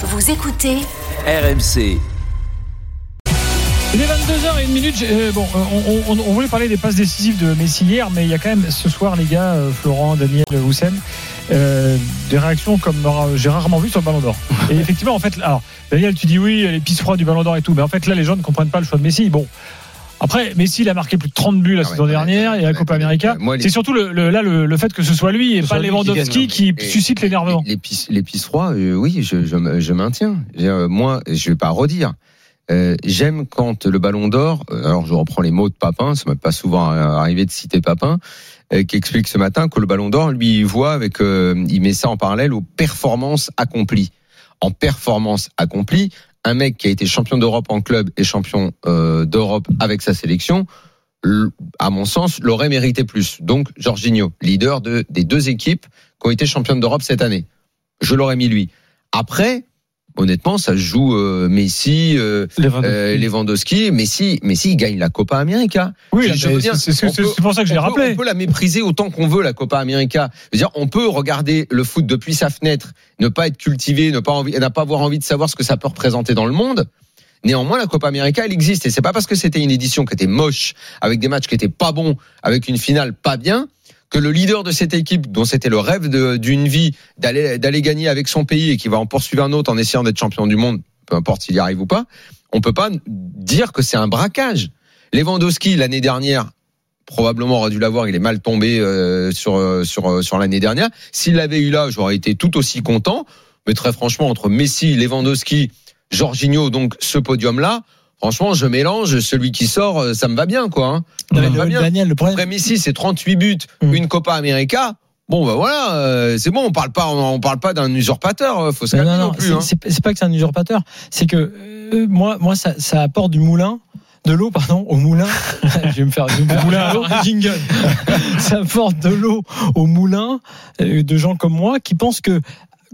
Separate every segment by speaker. Speaker 1: Vous écoutez
Speaker 2: RMC.
Speaker 3: Il est 22h et une minute. j'ai- euh, bon, euh, on, on- on voulait parler des passes décisives de Messi hier, mais il y a quand même ce soir, les gars, euh, Florent, Daniel, Houssem, euh, des réactions comme euh, j'ai rarement vu sur le Ballon d'Or. Et effectivement, en fait, alors Daniel, tu dis oui, les pisse froides du Ballon d'Or et tout, mais en fait là, les gens ne comprennent pas le choix de Messi. Bon. Après, Messi, il a marqué plus de 30 buts la
Speaker 4: Ah ouais,
Speaker 3: saison
Speaker 4: ouais,
Speaker 3: dernière,
Speaker 4: ouais,
Speaker 3: et la
Speaker 4: ouais,
Speaker 3: Copa
Speaker 4: ouais,
Speaker 3: América.
Speaker 4: ouais, moi, les-
Speaker 3: C'est surtout le, le- là le, le fait que ce soit lui et
Speaker 4: Ce
Speaker 3: pas
Speaker 4: soit lui qui
Speaker 3: Lewandowski
Speaker 4: gagne,
Speaker 3: qui,
Speaker 4: ouais. Et-
Speaker 3: suscite l'énervement.
Speaker 4: Les, pis- les pisse froids, euh, oui, je, je, me- je maintiens. Je veux dire, euh, moi, je vais pas redire. Euh, J'aime quand le ballon d'or, euh, alors je reprends les mots de Papin, ça m'est pas souvent euh, arrivé de citer Papin, euh, qui explique ce matin que le ballon d'or, lui, il voit avec, euh, il met ça en parallèle aux performances accomplies. En performance accomplie, un mec qui a été champion d'Europe en club et champion euh, d'Europe avec sa sélection, l- à mon sens, l'aurait mérité plus. Donc, Jorginho, leader de, des deux équipes qui ont été championnes d'Europe cette année. Je l'aurais mis lui. Après, honnêtement, ça se joue euh, Messi, euh, euh, Lewandowski. Messi, Messi il gagne la Copa América.
Speaker 3: Oui,
Speaker 4: je- je veux
Speaker 3: mais
Speaker 4: dire,
Speaker 3: c'est c'est-
Speaker 4: on peut-
Speaker 3: c'est pour ça que je l'ai
Speaker 4: on, peut,
Speaker 3: rappelé.
Speaker 4: on peut la mépriser autant qu'on veut, la Copa América. Je veux dire, on peut regarder le foot depuis sa fenêtre, ne pas être cultivé, ne pas, envie, n'a pas avoir envie de savoir ce que ça peut représenter dans le monde. Néanmoins, la Copa América, elle existe. Et c'est pas parce que c'était une édition qui était moche, avec des matchs qui étaient pas bons, avec une finale pas bien, que le leader de cette équipe, dont c'était le rêve de- d'une vie, d'aller d'aller gagner avec son pays et qui va en poursuivre un autre en essayant d'être champion du monde, peu importe s'il y arrive ou pas, on peut pas dire que c'est un braquage. Lewandowski, l'année dernière, probablement aurait dû l'avoir, il est mal tombé euh, sur, euh, sur, euh, sur l'année dernière. S'il l'avait eu là, j'aurais été tout aussi content. Mais très franchement, entre Messi, Lewandowski, Jorginho, donc ce podium-là, franchement, je mélange celui qui sort, euh, ça me va bien, quoi. hein.
Speaker 5: Non, mais
Speaker 4: Ça me va
Speaker 5: le,
Speaker 4: bien.
Speaker 5: Daniel, le problème,
Speaker 4: Après Messi, c'est 38 buts,
Speaker 3: Mm.
Speaker 4: une Copa América. Bon, bah voilà, euh, c'est bon, on parle pas, on, on parle pas d'un usurpateur, euh, faut se
Speaker 5: Non,
Speaker 4: calmer
Speaker 5: non,
Speaker 4: non,
Speaker 5: non,
Speaker 4: plus.
Speaker 5: c'est
Speaker 4: hein.
Speaker 5: c'est pas- c'est pas que c'est un usurpateur. C'est que euh, moi, moi, ça, ça apporte du moulin, de l'eau, pardon, au moulin. je vais me faire, je vais me faire
Speaker 3: Moulin à l'eau.
Speaker 5: un jingle. ça apporte de l'eau au moulin euh, de gens comme moi qui pensent que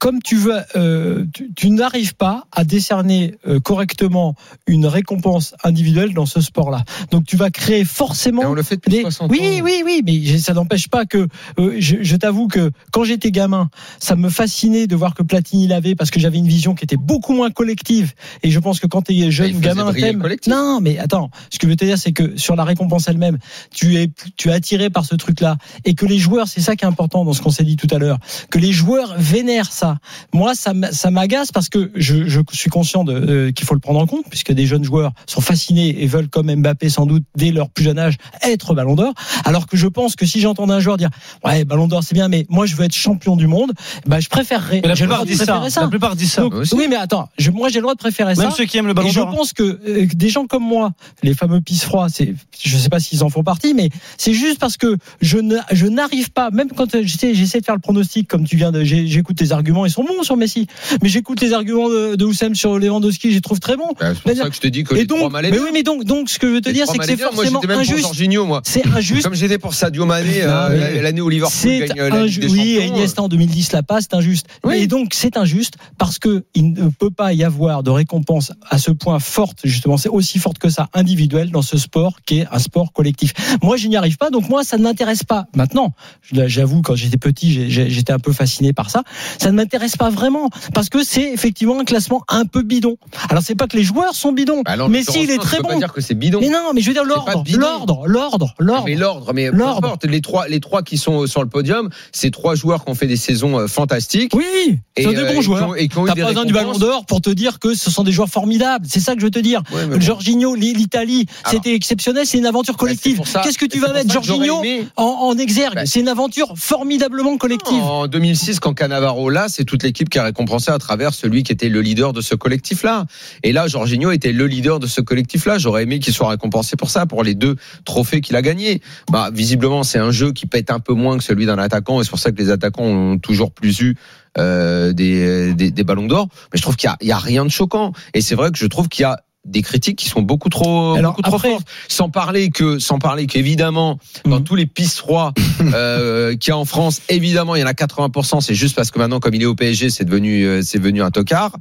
Speaker 5: comme tu veux, euh, tu, tu n'arrives pas à décerner euh, correctement une récompense individuelle dans ce sport-là. Donc tu vas créer forcément
Speaker 4: Et on le fait depuis
Speaker 5: des-
Speaker 4: 60 ans.
Speaker 5: oui, oui, oui, mais j'ai- ça n'empêche pas que euh, je, je t'avoue que quand j'étais gamin, ça me fascinait de voir que Platini l'avait parce que j'avais une vision qui était beaucoup moins collective. Et je pense que quand t'es
Speaker 4: il
Speaker 5: jeune
Speaker 4: faisait
Speaker 5: gamin,
Speaker 4: briller le
Speaker 5: t'aimes.
Speaker 4: collectif.
Speaker 5: Non, mais attends, ce que je veux te dire, c'est que sur la récompense elle-même, tu es, tu es attiré par ce truc-là et que les joueurs, c'est ça qui est important dans ce qu'on s'est dit tout à l'heure, que les joueurs vénèrent ça. Moi, ça m- ça m'agace parce que je, je suis conscient de, euh, qu'il faut le prendre en compte puisque des jeunes joueurs sont fascinés et veulent comme Mbappé sans doute dès leur plus jeune âge être Ballon d'Or. Alors que je pense que si j'entends un joueur dire ouais Ballon d'Or c'est bien, mais moi je veux être champion du monde, bah je préférerais.
Speaker 6: Mais la
Speaker 5: j'ai le droit
Speaker 6: plupart
Speaker 5: de
Speaker 6: disent ça.
Speaker 5: préférer
Speaker 6: La plupart disent ça. Bah
Speaker 5: Donc,
Speaker 4: moi aussi.
Speaker 5: oui, mais attends, je- moi j'ai le droit de préférer
Speaker 6: Même
Speaker 5: ça.
Speaker 6: ceux qui aiment le
Speaker 5: Et
Speaker 3: Bah,
Speaker 6: ballon
Speaker 5: je
Speaker 6: d'or. hein.
Speaker 5: pense que euh, que des gens comme moi, les fameux pisse froids, c'est, je sais pas s'ils en font partie, mais c'est juste parce que je ne, je n'arrive pas, même quand euh, j'essaie, j'essaie de faire le pronostic, comme tu viens de, j'ai- j'écoute tes arguments, ils sont bons sur Messi, mais j'écoute les arguments de, de Oussem sur Lewandowski, je les trouve très bons.
Speaker 4: Bah, c'est pour ça que je te dis que
Speaker 5: Et
Speaker 4: les
Speaker 5: donc,
Speaker 4: trois
Speaker 5: mais
Speaker 4: malades.
Speaker 5: oui, mais donc, donc, ce que je veux te dire, c'est que c'est
Speaker 4: moi
Speaker 5: forcément
Speaker 4: j'étais même pour
Speaker 5: injuste.
Speaker 4: Jorginho, moi.
Speaker 5: C'est injuste.
Speaker 4: Comme j'étais pour Sadio Mané euh,
Speaker 5: Non, mais-
Speaker 4: la- l'année où Liverpool
Speaker 5: C'est
Speaker 4: gagne euh, la Ligue
Speaker 5: injuste.
Speaker 4: des
Speaker 5: Oui, et
Speaker 4: Champions.
Speaker 5: Iniesta en 2010 l'a pas, c'est injuste.
Speaker 4: Oui.
Speaker 5: Et donc c'est injuste parce que il ne peut pas y avoir de récompense à ce point forte, justement, c'est aussi forte que ça, individuelle dans ce sport qui est un sport collectif. Moi, je n'y arrive pas, donc moi, ça ne m'intéresse pas. Maintenant, je- j'avoue, quand j'étais petit, j'ai- j'ai- j'étais un peu fasciné par ça. Ça ne m'intéresse pas vraiment parce que c'est effectivement un classement un peu bidon. Alors c'est pas que les joueurs sont bidons,
Speaker 4: Bah, alors,
Speaker 5: mais si il est
Speaker 4: heureusement,
Speaker 5: très
Speaker 4: ça veut
Speaker 5: bon.
Speaker 4: pas dire que c'est bidon.
Speaker 5: Mais non, mais je veux dire
Speaker 4: C'est pas
Speaker 5: l'ordre,
Speaker 4: bidon.
Speaker 5: l'ordre, l'ordre,
Speaker 4: Non,
Speaker 5: l'ordre.
Speaker 4: Mais l'ordre, mais peu
Speaker 5: L'ordre.
Speaker 4: importe, les trois, les trois qui sont euh, sur le podium, c'est trois joueurs qui ont fait des saisons euh, fantastiques.
Speaker 5: Oui, c'est
Speaker 4: euh,
Speaker 5: des bons
Speaker 4: qui
Speaker 5: joueurs.
Speaker 4: ont- Et qui ont eu
Speaker 5: T'as
Speaker 4: des
Speaker 5: pas besoin du ballon
Speaker 4: récompenses.
Speaker 5: d'or pour te dire que ce sont des joueurs formidables. C'est ça que je veux te dire.
Speaker 4: Ouais, mais bon.
Speaker 5: Jorginho, l'I- l'Italie,
Speaker 4: Alors.
Speaker 5: c'était exceptionnel, c'est une aventure
Speaker 4: Bah, c'est
Speaker 5: collective.
Speaker 4: pour ça-
Speaker 5: Qu'est-ce que tu
Speaker 4: c'est
Speaker 5: vas
Speaker 4: pour
Speaker 5: mettre
Speaker 4: ça que j'aurais
Speaker 5: Jorginho
Speaker 4: aimé-
Speaker 5: en, en exergue
Speaker 4: Bah. Oh,
Speaker 5: C'est une aventure formidablement collective.
Speaker 4: En 2006, quand Cannavaro l'a, là, c'est toute l'équipe qui a récompensé à travers celui qui était le leader de ce collectif-là. Et là, Jorginho était le leader de ce collectif-là. J'aurais aimé qu'il soit récompensé pour ça, pour les deux trophées qu'il a gagnés. Bah, visiblement, c'est un jeu qui pète un peu moins que celui d'un attaquant, et c'est pour ça que les attaquants ont toujours plus eu euh, des, des, des ballons d'or. Mais je trouve qu'il y a- il y a, rien de choquant. Et c'est vrai que je trouve qu'il y a des critiques qui sont beaucoup trop,
Speaker 5: Alors,
Speaker 4: beaucoup trop
Speaker 5: après-
Speaker 4: fortes. Sans parler que, sans parler qu'évidemment, dans
Speaker 5: Mhm.
Speaker 4: tous les pisserois euh, qu'il y a en France, évidemment, il y en a 80%. C'est juste parce que maintenant, comme il est au PSG, c'est devenu, euh, c'est devenu un tocard.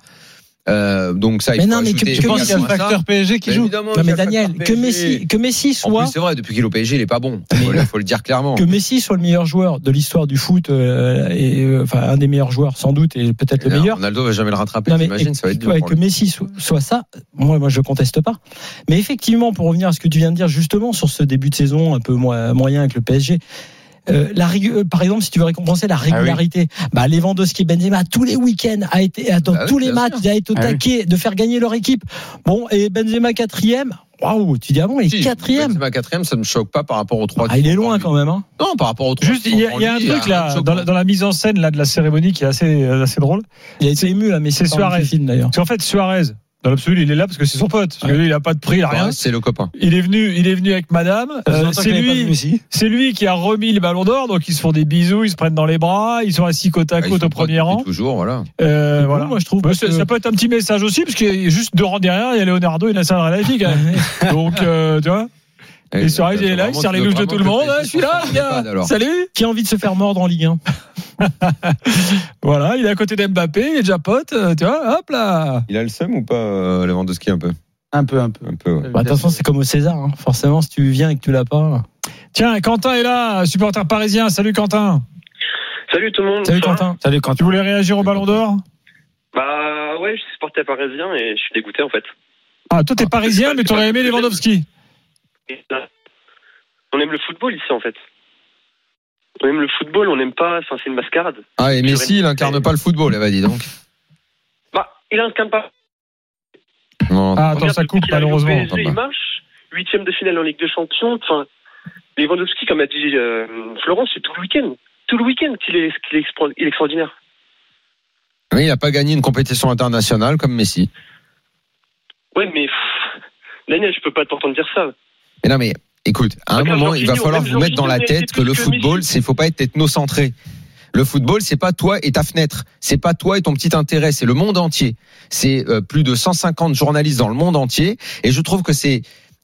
Speaker 4: Euh, donc ça, il
Speaker 5: Mais
Speaker 4: faut
Speaker 5: non, mais
Speaker 4: ajouter
Speaker 5: tu- tu
Speaker 4: évidemment
Speaker 5: penses qu'il y a le
Speaker 4: ça.
Speaker 7: PSG
Speaker 4: Mais évidemment,
Speaker 5: Non,
Speaker 4: il y
Speaker 5: mais
Speaker 4: a le
Speaker 5: Daniel,
Speaker 4: facteur
Speaker 5: que
Speaker 4: PSG.
Speaker 5: Messi, que Messi
Speaker 4: En
Speaker 5: soit.
Speaker 4: plus, c'est vrai, depuis qu'il est au PSG, il est pas bon. Faut, le- faut le dire clairement.
Speaker 5: que Messi soit le meilleur joueur de l'histoire du foot, euh, et, euh, enfin un des meilleurs joueurs sans doute et peut-être le
Speaker 4: Non,
Speaker 5: meilleur.
Speaker 4: Ronaldo va jamais le rattraper.
Speaker 5: Non, mais
Speaker 4: T'imagines, ça va être dur.
Speaker 5: ouais,
Speaker 4: pour
Speaker 5: que
Speaker 4: lui.
Speaker 5: Messi so- soit ça, moi, moi je conteste pas. Mais effectivement, pour revenir à ce que tu viens de dire justement sur ce début de saison un peu mo- moyen avec le PSG. euh, la rigu- euh, par exemple, si tu veux récompenser
Speaker 4: Ah
Speaker 5: la régularité, bah, Lewandowski et Benzema tous les week-ends a été euh, dans
Speaker 4: Bah oui,
Speaker 5: tous les
Speaker 4: bien
Speaker 5: matchs,
Speaker 4: sûr.
Speaker 5: il a été au
Speaker 7: Ah oui.
Speaker 5: taquet de faire gagner leur équipe. Bon, et Benzema quatrième, waouh, tu dis ah bon, il est
Speaker 4: Si,
Speaker 5: quatrième,
Speaker 4: Benzema quatrième, ça me choque pas par rapport aux trois.
Speaker 5: ah, il est loin quand même. Hein.
Speaker 4: Non, par rapport aux trois.
Speaker 3: Juste, il y a, il y a un
Speaker 4: Lui,
Speaker 3: truc
Speaker 4: rien
Speaker 3: là,
Speaker 5: Ah,
Speaker 4: de
Speaker 3: dans la, dans la mise en scène là, de la cérémonie qui est assez, euh, assez drôle.
Speaker 5: Il a été ému là, mais c'est
Speaker 3: C'est
Speaker 5: Suarez
Speaker 3: Suarez.
Speaker 5: film d'ailleurs.
Speaker 3: C'est en fait Suarez. Dans l'absolu, il est là parce que c'est son pote. Parce que lui, il a pas de prix, il a rien.
Speaker 4: Ouais, Bah, C'est le copain.
Speaker 3: Il est venu, il est venu avec Madame. Euh, c'est lui, c'est lui qui a remis le ballon d'or. Donc ils se font des bisous, ils se prennent dans les bras, ils sont assis côte à
Speaker 4: Bah, ils sont
Speaker 3: côte au
Speaker 4: potes
Speaker 3: premier
Speaker 4: depuis
Speaker 3: rang.
Speaker 4: Toujours, voilà.
Speaker 3: Euh,
Speaker 5: C'est
Speaker 3: voilà.
Speaker 5: cool, moi, je trouve,
Speaker 3: Bah,
Speaker 5: parce
Speaker 3: c'est-
Speaker 5: que-
Speaker 3: Ça peut être un petit message aussi parce qu'il y a juste deux rangs derrière, il y a Leonardo et Nasser Al-Khelaifi. quand même. Donc euh, tu vois. Et Suarez il est là, il serre les
Speaker 4: Vraiment,
Speaker 3: louches de
Speaker 4: tu
Speaker 3: tout
Speaker 4: veux
Speaker 3: le
Speaker 4: vraiment
Speaker 3: monde.
Speaker 4: que le
Speaker 3: Ah, Celui-là,
Speaker 4: PSG soit
Speaker 3: les
Speaker 4: sur
Speaker 3: gars.
Speaker 4: la pad, alors.
Speaker 3: Salut.
Speaker 5: Qui a envie de se faire mordre en Ligue 1
Speaker 3: Voilà, il est à côté d'Mbappé, il est déjà pote. euh, Tu vois, hop là.
Speaker 4: Il a le seum ou pas, euh, Lewandowski, un peu
Speaker 7: Un peu, un peu.
Speaker 4: Un peu, ouais.
Speaker 5: Bah, de toute façon, c'est comme au César. hein. Forcément, si tu viens et que tu l'as pas.
Speaker 3: Tiens, Quentin est là, supporter parisien. Salut Quentin.
Speaker 2: Salut tout le monde.
Speaker 3: Salut
Speaker 2: Ça va
Speaker 3: Quentin.
Speaker 7: Salut Quentin.
Speaker 3: Tu voulais réagir au Ballon d'Or
Speaker 2: Bah ouais, je suis supporter parisien et je suis dégoûté en fait.
Speaker 3: Ah, toi t'es parisien, mais t'aurais aimé Lewandowski.
Speaker 2: Et là, On aime le football ici en fait. On aime le football, on n'aime pas. Enfin, c'est une mascarade.
Speaker 4: Ah, et Messi, il incarne pas le football, elle va dit donc.
Speaker 2: Bah, il incarne pas.
Speaker 4: Non,
Speaker 3: Ah,
Speaker 4: non,
Speaker 3: attends, ça
Speaker 2: depuis
Speaker 3: coupe
Speaker 2: qu'il arrive au
Speaker 3: malheureusement.
Speaker 2: PSG, il marche. Huitième de finale en Ligue des Champions. Enfin, Lewandowski, comme a dit euh, Florence, c'est tout le week-end. Tout le week-end qu'il est, qu'il est expro- il est extraordinaire.
Speaker 4: Mais il n'a pas gagné une compétition internationale comme Messi.
Speaker 2: Ouais, mais pff, Daniel, je peux pas t'entendre dire ça.
Speaker 4: Mais non, mais écoute, à un
Speaker 2: Regarde,
Speaker 4: moment, il va
Speaker 2: Jorginho,
Speaker 4: falloir
Speaker 2: même
Speaker 4: vous mettre dans la
Speaker 2: Jorginho
Speaker 4: tête que le
Speaker 2: mérite plus que
Speaker 4: football,
Speaker 2: Messi.
Speaker 4: c'est faut pas être ethnocentré. Le football, c'est pas toi et ta fenêtre, c'est pas toi et ton petit intérêt, c'est le monde entier. C'est euh, plus de 150 journalistes dans le monde entier, et je trouve que c'est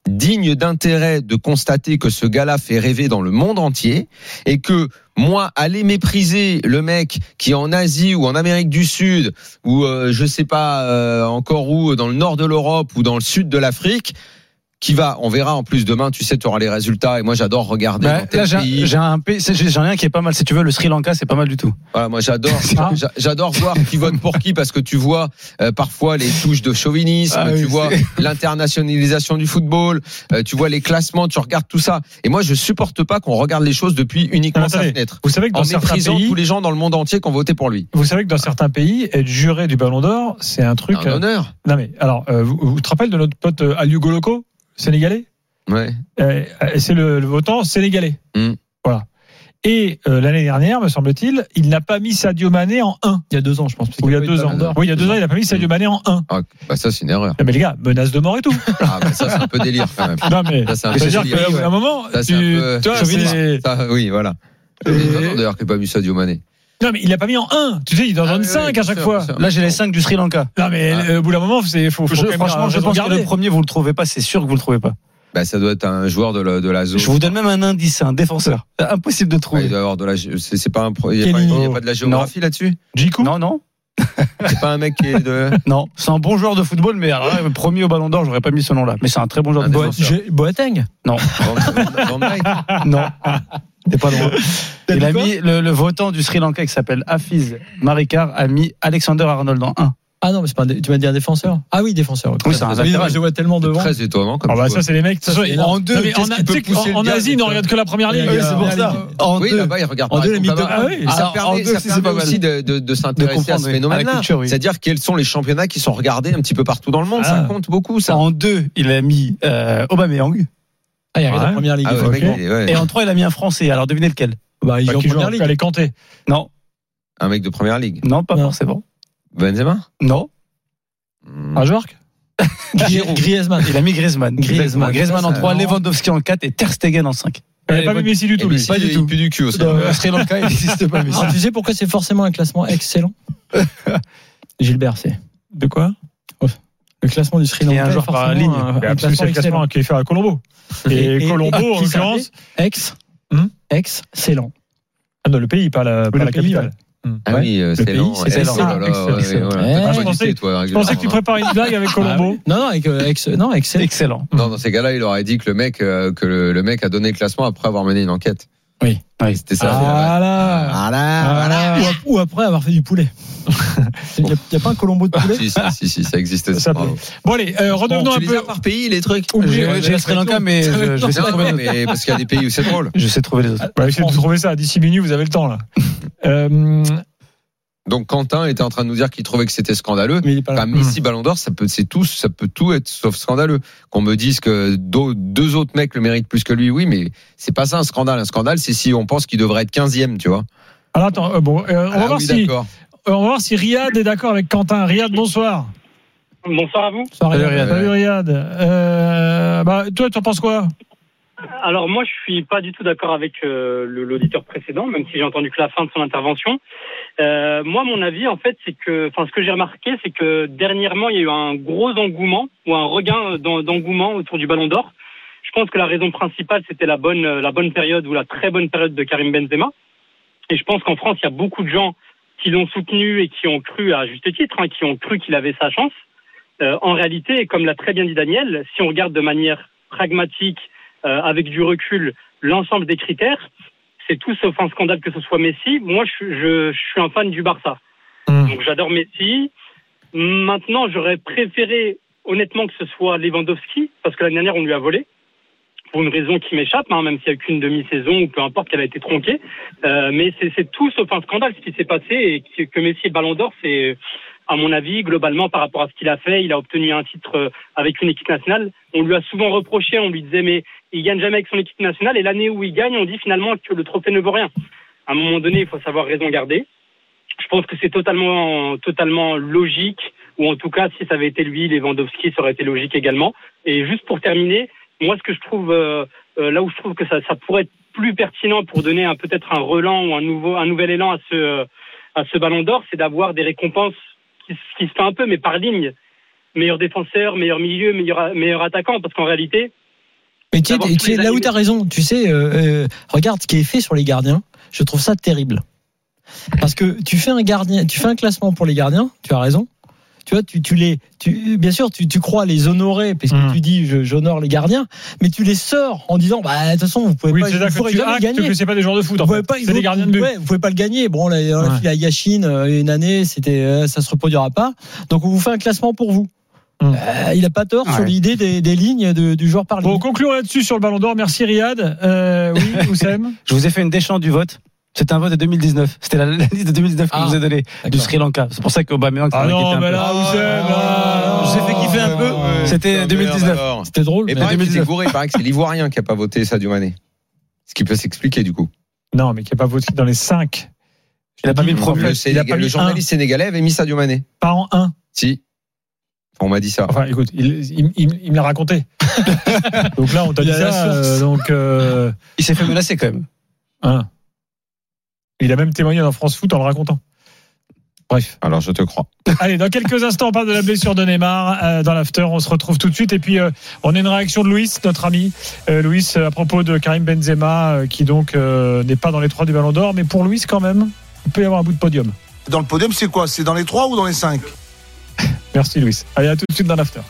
Speaker 4: digne d'intérêt de constater que ce gars-là fait rêver dans le monde entier et que moi aller mépriser le mec qui est en Asie ou en Amérique du Sud ou euh, je sais pas euh, encore où dans le nord de l'Europe ou dans le sud de l'Afrique qui va on verra en plus demain tu sais tu auras les résultats et moi j'adore regarder
Speaker 7: Bah,
Speaker 4: dans tel
Speaker 7: là, j'ai un-
Speaker 4: pays.
Speaker 7: j'ai un, pays- c'est- j'ai- j'en ai un qui est pas mal. Si tu veux, le Sri Lanka, c'est pas mal du tout.
Speaker 4: Voilà, moi j'adore, j'a- j'adore voir qui vote pour qui parce que tu vois euh, parfois les touches de chauvinisme,
Speaker 7: Ah oui,
Speaker 4: tu vois l'internationalisation du football, euh, tu vois les classements, tu regardes tout ça. Et moi je supporte pas qu'on regarde les choses depuis uniquement
Speaker 3: Non,
Speaker 4: sa
Speaker 3: attendez.
Speaker 4: fenêtre,
Speaker 3: Vous savez que
Speaker 4: en
Speaker 3: dans certains
Speaker 4: méprisant
Speaker 3: pays,
Speaker 4: tous les gens dans le monde entier qui ont voté pour lui.
Speaker 3: vous savez que dans certains pays, être juré du Ballon d'Or, c'est un
Speaker 4: C'est
Speaker 3: truc.
Speaker 4: Un
Speaker 3: euh,
Speaker 4: honneur.
Speaker 3: non mais alors, euh, vous, vous te rappelez de notre pote euh, Aliou Goloko, sénégalais
Speaker 4: Ouais.
Speaker 3: Euh, euh, C'est le, le votant sénégalais.
Speaker 4: Hmm.
Speaker 3: Voilà. Et euh, l'année dernière, me semble-t-il, il n'a pas mis Sadio Mané en 1.
Speaker 5: Il y a deux ans, je pense.
Speaker 3: Ou il y a deux ans. Oui, il y a deux ans, il n'a pas mis Sadio Mané en 1.
Speaker 4: Ah, bah ça c'est une erreur.
Speaker 3: Mais les gars, menace de mort et tout.
Speaker 4: Ah bah ça c'est un peu délire quand même.
Speaker 3: non mais.
Speaker 4: Ça c'est un peu
Speaker 3: C'est-à-dire
Speaker 4: délire.
Speaker 3: qu'à un moment,
Speaker 4: Ça, c'est
Speaker 3: tu,
Speaker 4: un peu
Speaker 3: tu vois,
Speaker 4: chauviniste.
Speaker 3: c'est-
Speaker 4: Ça, oui voilà. Et... D'ailleurs qu'il n'a pas mis Sadio Mané.
Speaker 3: Non, mais il l'a pas mis en 1. Tu sais, il en
Speaker 4: Ah,
Speaker 3: donne
Speaker 4: oui,
Speaker 3: 5
Speaker 4: oui,
Speaker 3: à
Speaker 4: bien
Speaker 3: chaque
Speaker 4: sûr,
Speaker 3: fois.
Speaker 4: bien sûr.
Speaker 7: Là, j'ai les 5 du Sri Lanka.
Speaker 3: Non, mais
Speaker 4: Ah.
Speaker 3: euh, au bout d'un moment, il faut, faut
Speaker 7: Je-
Speaker 3: quand même
Speaker 7: franchement, je
Speaker 3: raison
Speaker 7: pense que
Speaker 3: garder.
Speaker 7: le premier, vous le trouvez pas. C'est sûr que vous le trouvez pas.
Speaker 4: Bah ça doit être un joueur de la, de la zone.
Speaker 7: Je vous donne même un indice, un défenseur. Impossible de
Speaker 4: Ouais, il
Speaker 7: trouver.
Speaker 4: doit y avoir de la, gé- c'est c'est pas un, pro- il y a pas,
Speaker 7: Kelly.
Speaker 4: il y a pas de la géographie là-dessus.
Speaker 3: Djikou
Speaker 7: Non, non,
Speaker 4: C'est pas un mec qui est de.
Speaker 7: non. C'est un bon joueur de football, mais alors là, premier au Ballon d'Or, j'aurais pas mis ce nom-là. Mais c'est un très bon joueur
Speaker 4: Un
Speaker 7: de football.
Speaker 4: défenseur.
Speaker 5: Boateng.
Speaker 4: Van- Van- Van Dijk.
Speaker 7: Non, t'es pas loin. Il a mis le, le votant du Sri Lanka qui s'appelle Hafiz Marikar a mis Alexander Arnold en 1.
Speaker 5: Ah non, mais c'est pas un dé- tu m'as dit un défenseur. Ah oui, défenseur.
Speaker 7: Oui, c'est un
Speaker 5: Mais
Speaker 7: latéral.
Speaker 5: Je le vois tellement
Speaker 4: C'est
Speaker 5: devant.
Speaker 4: Très étonnant comme
Speaker 3: Ah bah
Speaker 4: choix.
Speaker 3: ça c'est les mecs.
Speaker 5: Ça, c'est
Speaker 3: en
Speaker 5: énorme.
Speaker 3: deux,
Speaker 5: Non,
Speaker 3: mais
Speaker 5: mais
Speaker 3: en,
Speaker 5: qu'est-ce qu'il
Speaker 3: tu
Speaker 5: peut
Speaker 3: sais
Speaker 5: pousser
Speaker 3: qu'en- en
Speaker 5: le gars,
Speaker 3: Asie, ils ne regardent que la première ligue.
Speaker 5: Ouais,
Speaker 3: Euh,
Speaker 5: c'est pour
Speaker 3: la
Speaker 5: ça.
Speaker 3: Ligue.
Speaker 7: En
Speaker 4: oui,
Speaker 7: deux.
Speaker 4: là-bas, ils regardent
Speaker 5: Ah, en
Speaker 4: pas.
Speaker 5: deux, la
Speaker 4: Ils
Speaker 5: mi-temps.
Speaker 4: regardent
Speaker 3: Ah
Speaker 4: pas.
Speaker 3: oui.
Speaker 4: Et ça
Speaker 7: Ah, en
Speaker 4: permet,
Speaker 7: deux,
Speaker 4: ça
Speaker 7: si, c'est
Speaker 4: permet
Speaker 7: pas mal.
Speaker 4: aussi de, de, de s'intéresser à
Speaker 7: comprendre,
Speaker 4: ce
Speaker 7: oui. À
Speaker 4: phénomène-là.
Speaker 7: la culture, oui.
Speaker 4: C'est-à-dire quels sont les championnats qui sont regardés un petit peu partout dans le monde. Ça
Speaker 3: Ah.
Speaker 4: compte beaucoup, ça.
Speaker 7: En deux, il a mis euh, Aubameyang.
Speaker 5: Ah, il y a
Speaker 3: Ouais.
Speaker 5: la première ligue.
Speaker 4: Ah ouais,
Speaker 5: ok.
Speaker 4: mec, il est- ouais.
Speaker 7: Et en trois, il a mis un Français. Alors devinez lequel
Speaker 5: Bah, il
Speaker 3: Bah,
Speaker 5: joue en
Speaker 3: qui joue en
Speaker 5: première ligue.
Speaker 3: Allez, Kanté.
Speaker 7: Non.
Speaker 4: Un mec de première ligue.
Speaker 7: Non, pas
Speaker 5: Non.
Speaker 7: forcément.
Speaker 4: Benzema
Speaker 7: Non.
Speaker 4: Hmm.
Speaker 5: Un joueur
Speaker 4: Giroud.
Speaker 5: Griezmann.
Speaker 7: Il a mis Griezmann.
Speaker 5: Griezmann.
Speaker 7: Griezmann en
Speaker 4: Ça,
Speaker 7: 3,
Speaker 5: non.
Speaker 7: Lewandowski en 4 et Ter Stegen en 5.
Speaker 3: Il n'a pas vu Messi du tout,
Speaker 4: Eh bien,
Speaker 3: lui.
Speaker 4: si,
Speaker 7: Pas du
Speaker 4: il
Speaker 7: tout.
Speaker 4: pue du cul aussi. hein.
Speaker 7: Au Sri Lanka, il n'existe pas Messi.
Speaker 5: Ah, tu sais pourquoi c'est forcément un classement excellent Gilbert, c'est. Oh,
Speaker 3: De quoi
Speaker 5: Le classement du Sri
Speaker 7: Il y
Speaker 5: Lanka.
Speaker 7: a un
Speaker 5: est
Speaker 7: joueur par
Speaker 5: forcément euh,
Speaker 7: ligne.
Speaker 5: un- un
Speaker 3: Bah, Parce que c'est
Speaker 5: classement
Speaker 3: le classement
Speaker 5: excellent.
Speaker 3: qui est fait à Colombo.
Speaker 5: Et-
Speaker 3: Et
Speaker 5: et-
Speaker 3: Colombo,
Speaker 5: et
Speaker 3: en
Speaker 5: qui s'appelait
Speaker 3: l'occurrence.
Speaker 5: Ex.
Speaker 3: Hum
Speaker 5: Ex, excellent.
Speaker 3: Ah non, le pays, pas la, pas
Speaker 5: le
Speaker 3: la
Speaker 5: pays,
Speaker 3: capitale.
Speaker 4: Ah
Speaker 3: Ouais.
Speaker 4: oui, euh,
Speaker 3: Le
Speaker 4: c'est
Speaker 3: pays,
Speaker 4: lent.
Speaker 3: c'est
Speaker 4: eh,
Speaker 3: lent.
Speaker 4: oh là là,
Speaker 7: Excellent,
Speaker 4: ouais,
Speaker 7: excellent.
Speaker 4: voilà. T'as
Speaker 5: Eh,
Speaker 4: pas
Speaker 5: je
Speaker 4: joué du
Speaker 3: pensais-
Speaker 4: thé, toi,
Speaker 3: Je pensais que tu
Speaker 4: régulièrement. hein.
Speaker 3: préparais une blague avec Colombo.
Speaker 5: Non, non, ex, ex- non, excellent.
Speaker 7: Excellent.
Speaker 4: Non, dans ces cas-là, il aurait dit que le mec, euh, que le, le mec a donné le classement après avoir mené une enquête.
Speaker 5: Oui.
Speaker 7: Oui.
Speaker 4: C'était ça.
Speaker 5: Ah
Speaker 4: voilà.
Speaker 5: là
Speaker 4: Voilà.
Speaker 5: Ah, ou, ap- ou après avoir fait du poulet. Il n'y a, y a pas un Colombo de poulet
Speaker 4: Si, si, si, si, ça existait.
Speaker 3: Ça
Speaker 4: bravo.
Speaker 3: Bon, allez, euh, redevenons
Speaker 4: Bon,
Speaker 3: un
Speaker 4: tu les
Speaker 3: peu.
Speaker 4: as par pays, les trucs.
Speaker 7: J'ai j'ai le Sri Lanka, mais je, je vais essayer de
Speaker 4: Non,
Speaker 7: trouver
Speaker 4: non,
Speaker 7: les autres.
Speaker 4: mais parce qu'il y a des pays où c'est drôle.
Speaker 7: Je sais trouver les autres.
Speaker 3: Bah, essayez de trouver ça. D'ici minuit, vous avez le temps, là. Euh,
Speaker 4: Donc Quentin était en train de nous dire qu'il trouvait que c'était scandaleux.
Speaker 5: Mais il est pas là.
Speaker 4: Bah,
Speaker 7: Mm.
Speaker 4: Messi Ballon d'Or, ça peut, c'est tout, ça peut tout être sauf scandaleux. Qu'on me dise que d'au- deux autres mecs le méritent plus que lui, oui, mais c'est pas ça un scandale. Un scandale, c'est si on pense qu'il devrait être 15e, tu vois.
Speaker 3: Alors, attends, euh, bon, euh, on, va
Speaker 4: Ah
Speaker 3: voir
Speaker 4: oui,
Speaker 3: si,
Speaker 4: d'accord.
Speaker 3: euh, on va voir si Riyad est d'accord avec Quentin. Riyad, bonsoir.
Speaker 2: Bonsoir à vous.
Speaker 5: Soirée.
Speaker 7: Salut, Riyad.
Speaker 3: Salut, Riyad. Euh, bah, toi, tu en penses quoi
Speaker 2: Alors moi, je suis pas du tout d'accord avec euh, le- l'auditeur précédent, même si j'ai entendu que la fin de son intervention. Euh, moi, mon avis, en fait, c'est que, enfin, ce que j'ai remarqué, c'est que dernièrement, il y a eu un gros engouement ou un regain d'en- d'engouement autour du Ballon d'Or. Je pense que la raison principale, c'était la bonne, euh, la bonne période ou la très bonne période de Karim Benzema. Et je pense qu'en France, il y a beaucoup de gens qui l'ont soutenu et qui ont cru, à juste titre, hein, qui ont cru qu'il avait sa chance. Euh, en réalité, et comme l'a très bien dit Daniel, si on regarde de manière pragmatique euh, avec du recul l'ensemble des critères, c'est tout sauf un scandale que ce soit Messi. Moi, je, suis- je- je suis un fan du Barça.
Speaker 3: Hmm.
Speaker 2: Donc j'adore Messi. Maintenant, j'aurais préféré honnêtement que ce soit Lewandowski, parce que l'année dernière, on lui a volé, pour une raison qui m'échappe, hein, même s'il n'y a eu qu'une demi-saison, ou peu importe qu'elle a été tronquée. Euh, mais c'est- c'est tout sauf un scandale ce qui s'est passé, et que, que Messi est le ballon d'or, c'est, à mon avis, globalement, par rapport à ce qu'il a fait, il a obtenu un titre euh, avec une équipe nationale. On lui a souvent reproché, on lui disait, mais il gagne jamais avec son équipe nationale et l'année où il gagne, on dit finalement que le trophée ne vaut rien. À un moment donné, il faut savoir raison garder. Je pense que c'est totalement, totalement logique, ou en tout cas, si ça avait été lui, Lewandowski, ça aurait été logique également. Et juste pour terminer, moi, ce que je trouve, euh, euh, là où je trouve que ça, ça pourrait être plus pertinent pour donner un- peut-être un relan ou un nouveau, un nouvel élan à ce, euh, à ce Ballon d'Or, c'est d'avoir des récompenses qui, se- qui se fait un peu, mais par ligne. Meilleur défenseur, meilleur milieu, meilleur, meilleur attaquant, parce qu'en réalité,
Speaker 5: Mais tu sais,
Speaker 2: D'abord,
Speaker 5: tu
Speaker 2: tous les
Speaker 5: sais, là où
Speaker 2: animés.
Speaker 5: tu as raison, tu sais, euh, euh, regarde ce qui est fait sur les gardiens, je trouve ça terrible. Parce que tu fais un gardien, tu fais un classement pour les gardiens, tu as raison. Tu vois, tu, tu les, tu, bien sûr, tu, tu crois les honorer parce que
Speaker 3: Mm.
Speaker 5: tu dis je- j'honore les gardiens, mais tu les sors en disant bah de toute façon vous pouvez
Speaker 3: Oui,
Speaker 5: pas,
Speaker 3: c'est
Speaker 5: vous
Speaker 3: là que
Speaker 5: pourrez
Speaker 3: tu
Speaker 5: jamais le
Speaker 3: actes
Speaker 5: gagner.
Speaker 3: que c'est pas des joueurs de foot. en
Speaker 5: Vous pouvez
Speaker 3: fait.
Speaker 5: pas,
Speaker 3: C'est des
Speaker 5: vous-
Speaker 3: gardiens de but.
Speaker 5: ouais, vous pouvez pas le gagner. Bon, là, on l'a
Speaker 3: Ouais.
Speaker 5: filé à Yachine euh, une année, c'était euh, ça se reproduira pas. Donc on vous fait un classement pour vous.
Speaker 3: Mm.
Speaker 5: Euh, il a pas tort sur
Speaker 7: Ouais.
Speaker 5: l'idée des, des lignes de- du joueur par ligne.
Speaker 3: Bon, concluons là-dessus sur le Ballon d'Or. Merci Riyad. Euh, oui, Oussem.
Speaker 7: Je vous ai fait une déchant du vote. C'était un vote de 2019. C'était la, la liste de 2019 que
Speaker 5: Ah,
Speaker 7: je vous ai donnée du
Speaker 5: D'accord.
Speaker 7: Sri Lanka. C'est pour ça qu'Aubameyang ça
Speaker 3: Ah non,
Speaker 7: m'inquiétait
Speaker 3: mais
Speaker 7: un
Speaker 3: là, vous savez,
Speaker 4: ah
Speaker 7: Je vous ai fait kiffer un peu. C'était 2019.
Speaker 5: C'était drôle.
Speaker 4: Et
Speaker 5: mais-
Speaker 4: pareil, il
Speaker 7: 2019.
Speaker 4: gouré. Il paraît que c'est l'Ivoirien qui a pas voté ça du Mané. Ce qui peut s'expliquer du coup.
Speaker 3: Non, mais qui n'a pas voté dans les 5.
Speaker 7: Il a pas mis le
Speaker 4: Le,
Speaker 7: premier.
Speaker 4: Sénégal-
Speaker 3: pas mis
Speaker 4: le journaliste sénégalais avait mis ça du Mané.
Speaker 3: Pas en 1.
Speaker 4: Si. Enfin, on m'a dit ça.
Speaker 3: Enfin, écoute, il, il, il- il me l'a raconté. donc là, on t'a
Speaker 5: Il
Speaker 3: dit
Speaker 5: a la
Speaker 3: ça.
Speaker 5: source.
Speaker 3: euh, donc, euh,
Speaker 7: Il s'est fait menacer quand même.
Speaker 3: un. Il a même témoigné dans France Foot en le racontant. Bref.
Speaker 4: Alors je te crois.
Speaker 3: Allez, dans quelques instants, on parle de la blessure de Neymar euh, dans l'after. On se retrouve tout de suite. Et puis, euh, on a une réaction de Louis, notre ami. Euh, Louis, à propos de Karim Benzema, euh, qui donc euh, n'est pas dans les trois du Ballon d'Or. Mais pour Louis, quand même, il peut y avoir un bout de podium.
Speaker 6: Dans le podium, c'est quoi C'est dans les 3 ou dans les 5
Speaker 3: Merci, Louis. Allez, à tout de suite dans l'after.